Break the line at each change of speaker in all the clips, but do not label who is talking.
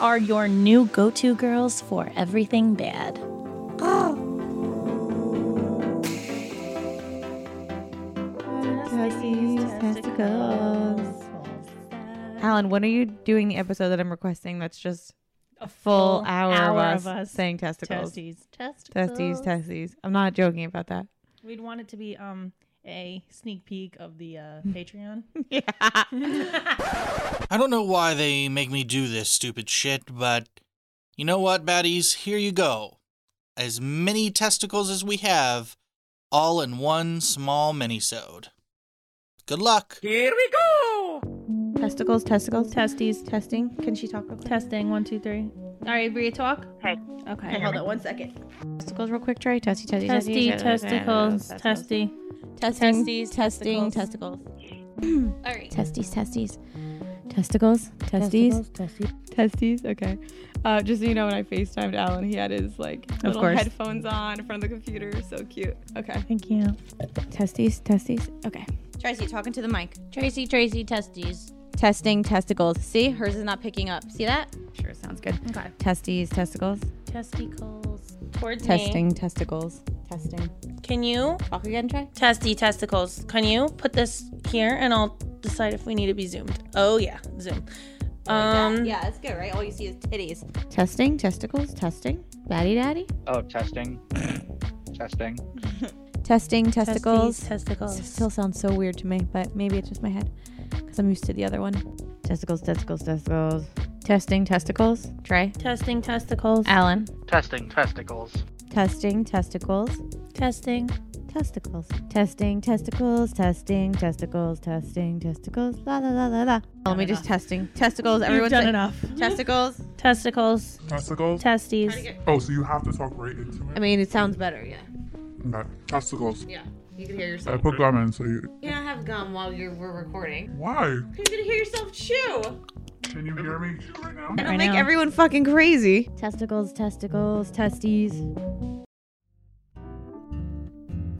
are your new go to girls for everything bad.
testicles. Alan, when are you doing the episode that I'm requesting that's just
A
full hour,
hour
of, us saying testicles?
testes. Testicles.
Testes, testes. I'm not joking about that.
We'd want it to be um a sneak peek of the uh, Patreon.
I don't know why they make me do this stupid shit, but you know what, baddies? Here you go. As many testicles as we have, all in one small minisode. Good luck.
testicles, testicles, testes, testing. Can she talk real quick?
Testing one, two, three. All right, Bria, talk. Hey. Okay.
Hold on one second.
testicles, real quick. Try testy, testy,
Testy, testicles, testy.
testing,
Testes,
testing,
testicles.
testicles. All right. Testes, testes. Testicles, testes, testes. Okay. Uh, just so you know, when I FaceTimed Alan, he had his like little
course.
headphones on in front of the computer. So cute. Okay.
Thank you.
Testes, testes. Okay.
Tracy, talking to the mic.
Tracy, Tracy, testes.
Testing testicles. See, hers is not picking up. See that?
Sure, sounds good.
Okay.
Testes, testicles.
Testicles. Towards
Testing testicles. Testing.
Can you
Talk again, try.
testy testicles? Can you put this here and I'll decide if we need to be zoomed? Oh yeah, zoom. Um,
yeah, that's good, right? All you see is titties.
Testing, testicles, testing. Daddy, daddy.
Oh, testing. testing.
Testing testicles.
testes, testicles.
This still sounds so weird to me, but maybe it's just my head because I'm used to the other one.
Testicles, testicles, testicles. Testing, testicles. Trey.
Testing testicles.
Alan.
Testing testicles.
Testing testicles.
Testing.
Testicles. Testing testicles. Testing testicles. Testing testicles. La la la la la.
Let me just testing. Testicles,
You've
everyone's
done
like-
enough.
testicles.
Testicles.
Testicles?
Testes.
Oh, so you have to talk right into
I
it?
mean, it sounds better, yeah.
No, testicles.
Yeah. You can hear
I
yourself.
put gum in, so you.
You don't have gum while you're we're recording.
Why?
You're gonna hear yourself chew.
Can you hear me right now?
It'll
Right
make
now.
everyone fucking crazy.
Testicles. Testicles. Testes.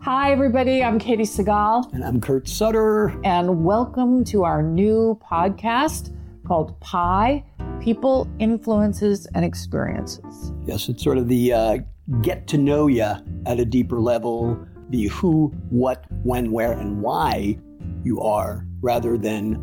Hi, everybody. I'm Katie Segal,
And I'm Kurt Sutter.
and welcome to our new podcast called Pie People, Influences, and Experiences.
Yes, it's sort of the uh, get to know you at a deeper level the who, what, when, where, and why you are rather than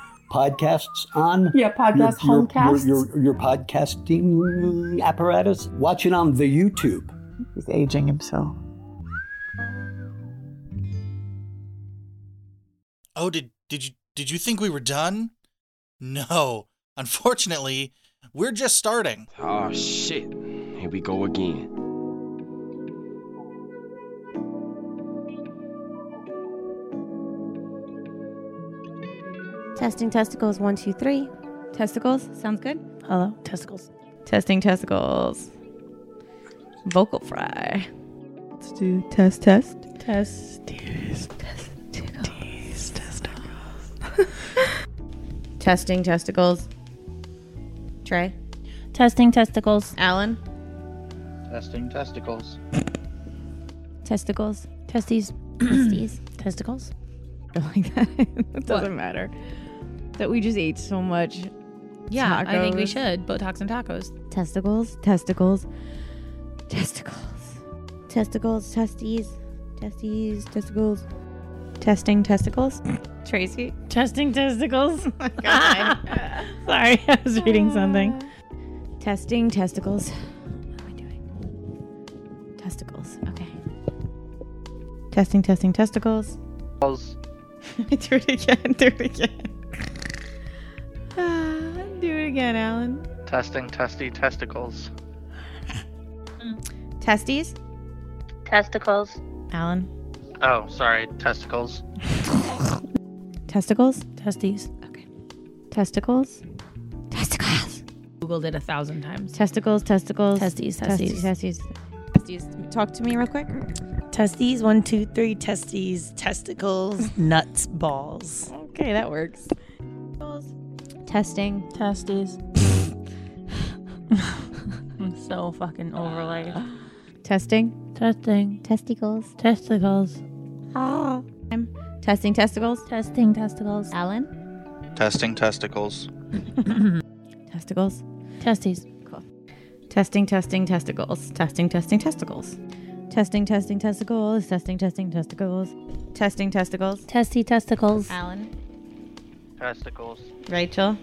podcasts on.
Yeah,
Your,
podcast,
your, your,
homecast.
your, your podcasting apparatus. Watch it on the YouTube.
He's aging himself.
Oh, did did you did you think we were done? No. Unfortunately, we're just starting.
Oh shit. Here we go again.
Testing testicles. One, two, three.
Testicles, sounds good.
Hello. Testicles.
Testing testicles. Vocal fry. Let's do test test.
Testes.
Testing testicles. Trey.
Testing testicles.
Alan.
Testing testicles.
Testicles.
Testes.
Testes.
Testicles.
like that. it doesn't matter. That we just ate so much.
Yeah, I think we
Tacos.
should. Botox and tacos.
testicles, testicles, testicles, testicles, testes, testes, testicles.
Testing testicles. Tracy.
Testing testicles. Sorry, I was reading something.
Testing testicles. What am I doing? Testicles. Okay.
Testing testing testicles.
Testicles.
do it again. Do it again. Ah, do it again, Alan.
Testing testy testicles.
Testes.
Testicles.
Alan.
Oh, sorry, testicles.
Testicles.
Testes.
Testicles.
Testicles.
Googled it a thousand times.
Testicles, testicles.
Testes,
testes. Testes.
Testies, talk to me real quick. Testes, one, two, three, testes, testicles, nuts, balls.
Okay, that works. Testing.
Testes. I'm so fucking over life.
Testing. Testing. Testicles. Testicles. Ah. I'm testing testicles. Testing testicles. Alan.
Testing testicles.
testicles. Testes. Cool. Testing, testing, testicles. Testing, testing, testicles. Testing, testing, testicles. Testing, testing, testicles. Testing, testicles. Testy testicles. Alan.
Testicles.
Rachel.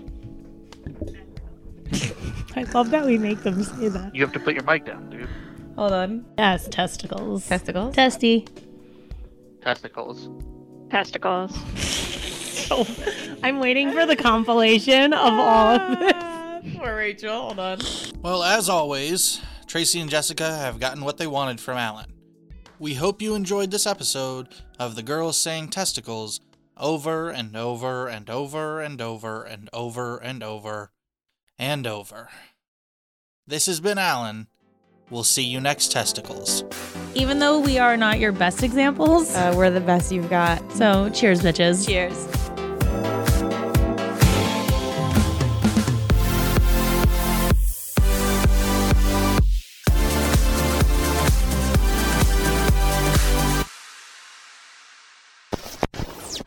I love that we make them say that.
You have to put your mic down, dude.
Hold on.
Yes, testicles.
Testicles.
Testy.
Testicles.
Testicles. so, I'm waiting for the compilation of all of this.
Poor Rachel, hold on.
Well, as always, Tracy and Jessica have gotten what they wanted from Alan. We hope you enjoyed this episode of the girls saying testicles over and over and over and over and over and over and over. This has been Alan. We'll see you next testicles.
Even though we are not your best examples,
uh, we're the best you've got.
So, cheers, bitches.
Cheers.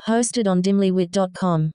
Hosted on dimlywit.com.